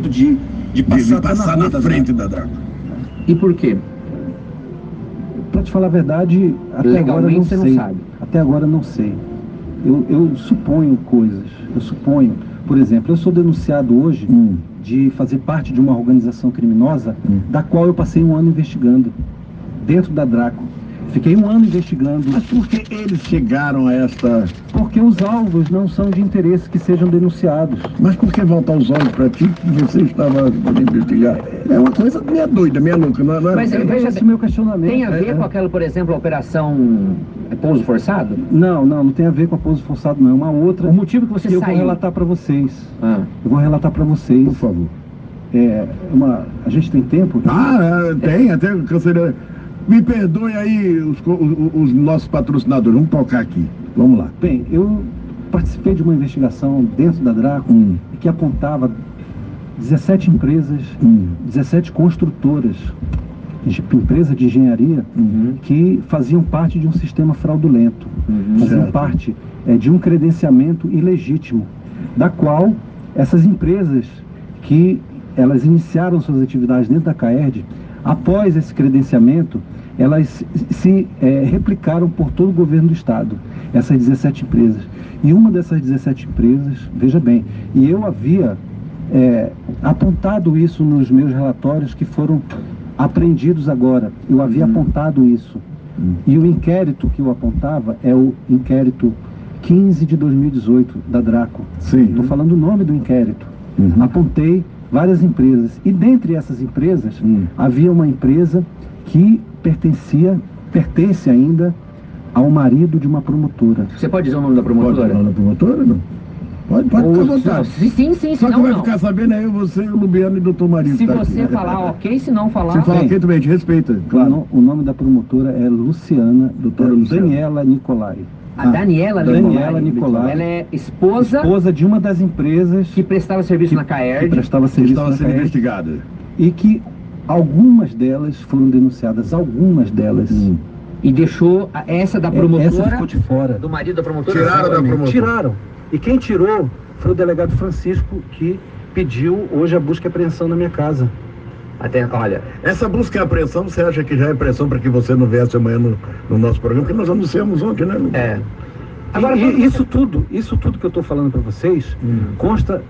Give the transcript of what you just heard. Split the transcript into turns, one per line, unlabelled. de,
de
de
passar, tá
passar na,
rua, tá
frente da draga.
E por quê?
Pra te falar a verdade, até agora eu
Legalmente
não
você
sei.
não sabe.
Até agora eu não sei. Eu, eu suponho coisas. Eu suponho. Por exemplo, eu sou denunciado hoje
Hum,
de fazer parte de uma organização criminosa
Hum.
da qual eu passei um ano investigando. Dentro da Draco. Fiquei um ano investigando
Mas por que eles chegaram a esta.
porque os alvos não são de interesse que sejam denunciados.
Mas por que voltar os olhos para ti que você estava podendo investigar? É uma coisa meia doida, meia louca, não é? não é-
Mas,
é-
veja
Esse é
bem,
o meu questionamento.
tem a ver
É,
com aquela, por exemplo, a operação é, pouso forçado?
Não, não, não tem a ver com a pouso forçado, não. É uma outra.
O motivo que você
que eu
saiu.
vou relatar para vocês.
Ah,
Eu vou relatar para vocês.
Por favor.
É, uma, a gente tem tempo?
Ah, é, tem, até canceria. Me perdoe aí os, co- os- os nossos patrocinadores. Vamos tocar aqui. Vamos lá.
Bem, eu participei de uma investigação dentro da Draco
Hum,
que apontava 17 empresas,
hum,
17 construtoras, de- empresa de engenharia,
uhum,
que faziam parte de um sistema fraudulento,
uhum.
faziam
Certo.
parte é, de um credenciamento ilegítimo, da qual essas empresas que elas iniciaram suas atividades dentro da CAERD, após esse credenciamento, elas se é, replicaram por todo o governo do Estado, essas 17 empresas. E uma dessas 17 empresas, veja bem, e eu havia é, apontado isso nos meus relatórios que foram apreendidos agora, eu havia apontado isso.
Hum.
E o inquérito que eu apontava é o inquérito 15 de 2018 da Draco.
Sim.
Estou falando o nome do inquérito.
Uhum.
Apontei várias empresas. E dentre essas empresas,
Hum.
havia uma empresa que pertencia, pertence ainda ao marido de uma promotora.
Você pode dizer o nome da
Pode
promotora?
falar da promotora? Não? Pode, pode ficar à
Ou-
vontade.
Sim, sim, sim,
Só que
senão
vai
não.
ficar sabendo aí você, o Lubiano e o doutor Marinho.
Se
que tá aqui.
você falar ok, se não falar.
Se falar
Sim.
quem também te respeita,
O
claro.
no- O nome da promotora é Luciana,
Doutora
é
Luciana.
Daniela Nicolai.
A Daniela,
ah, Daniela Nicolai.
Ela é esposa,
Esposa de uma das empresas
que prestava serviço
Que-
na
que
Caerd.
prestava serviço
Estava
na
é.
sendo
KR.
investigada.
e que algumas delas foram denunciadas, algumas delas.
e deixou Hum. a- essa da
É,
promotora,
Essa ficou de fora.
do marido da promotora.
Tiraram da promotora.
Tiraram. E quem tirou foi o delegado Francisco que pediu hoje a busca e apreensão na minha casa.
Até, olha,
Essa busca e apreensão, você acha que já é pressão para que você não viesse amanhã no, no nosso programa? Porque nós anunciamos ontem, né? Lu?
é.
E-
Agora,
e, isso tudo, isso tudo que eu estou falando para vocês,
Hum.
consta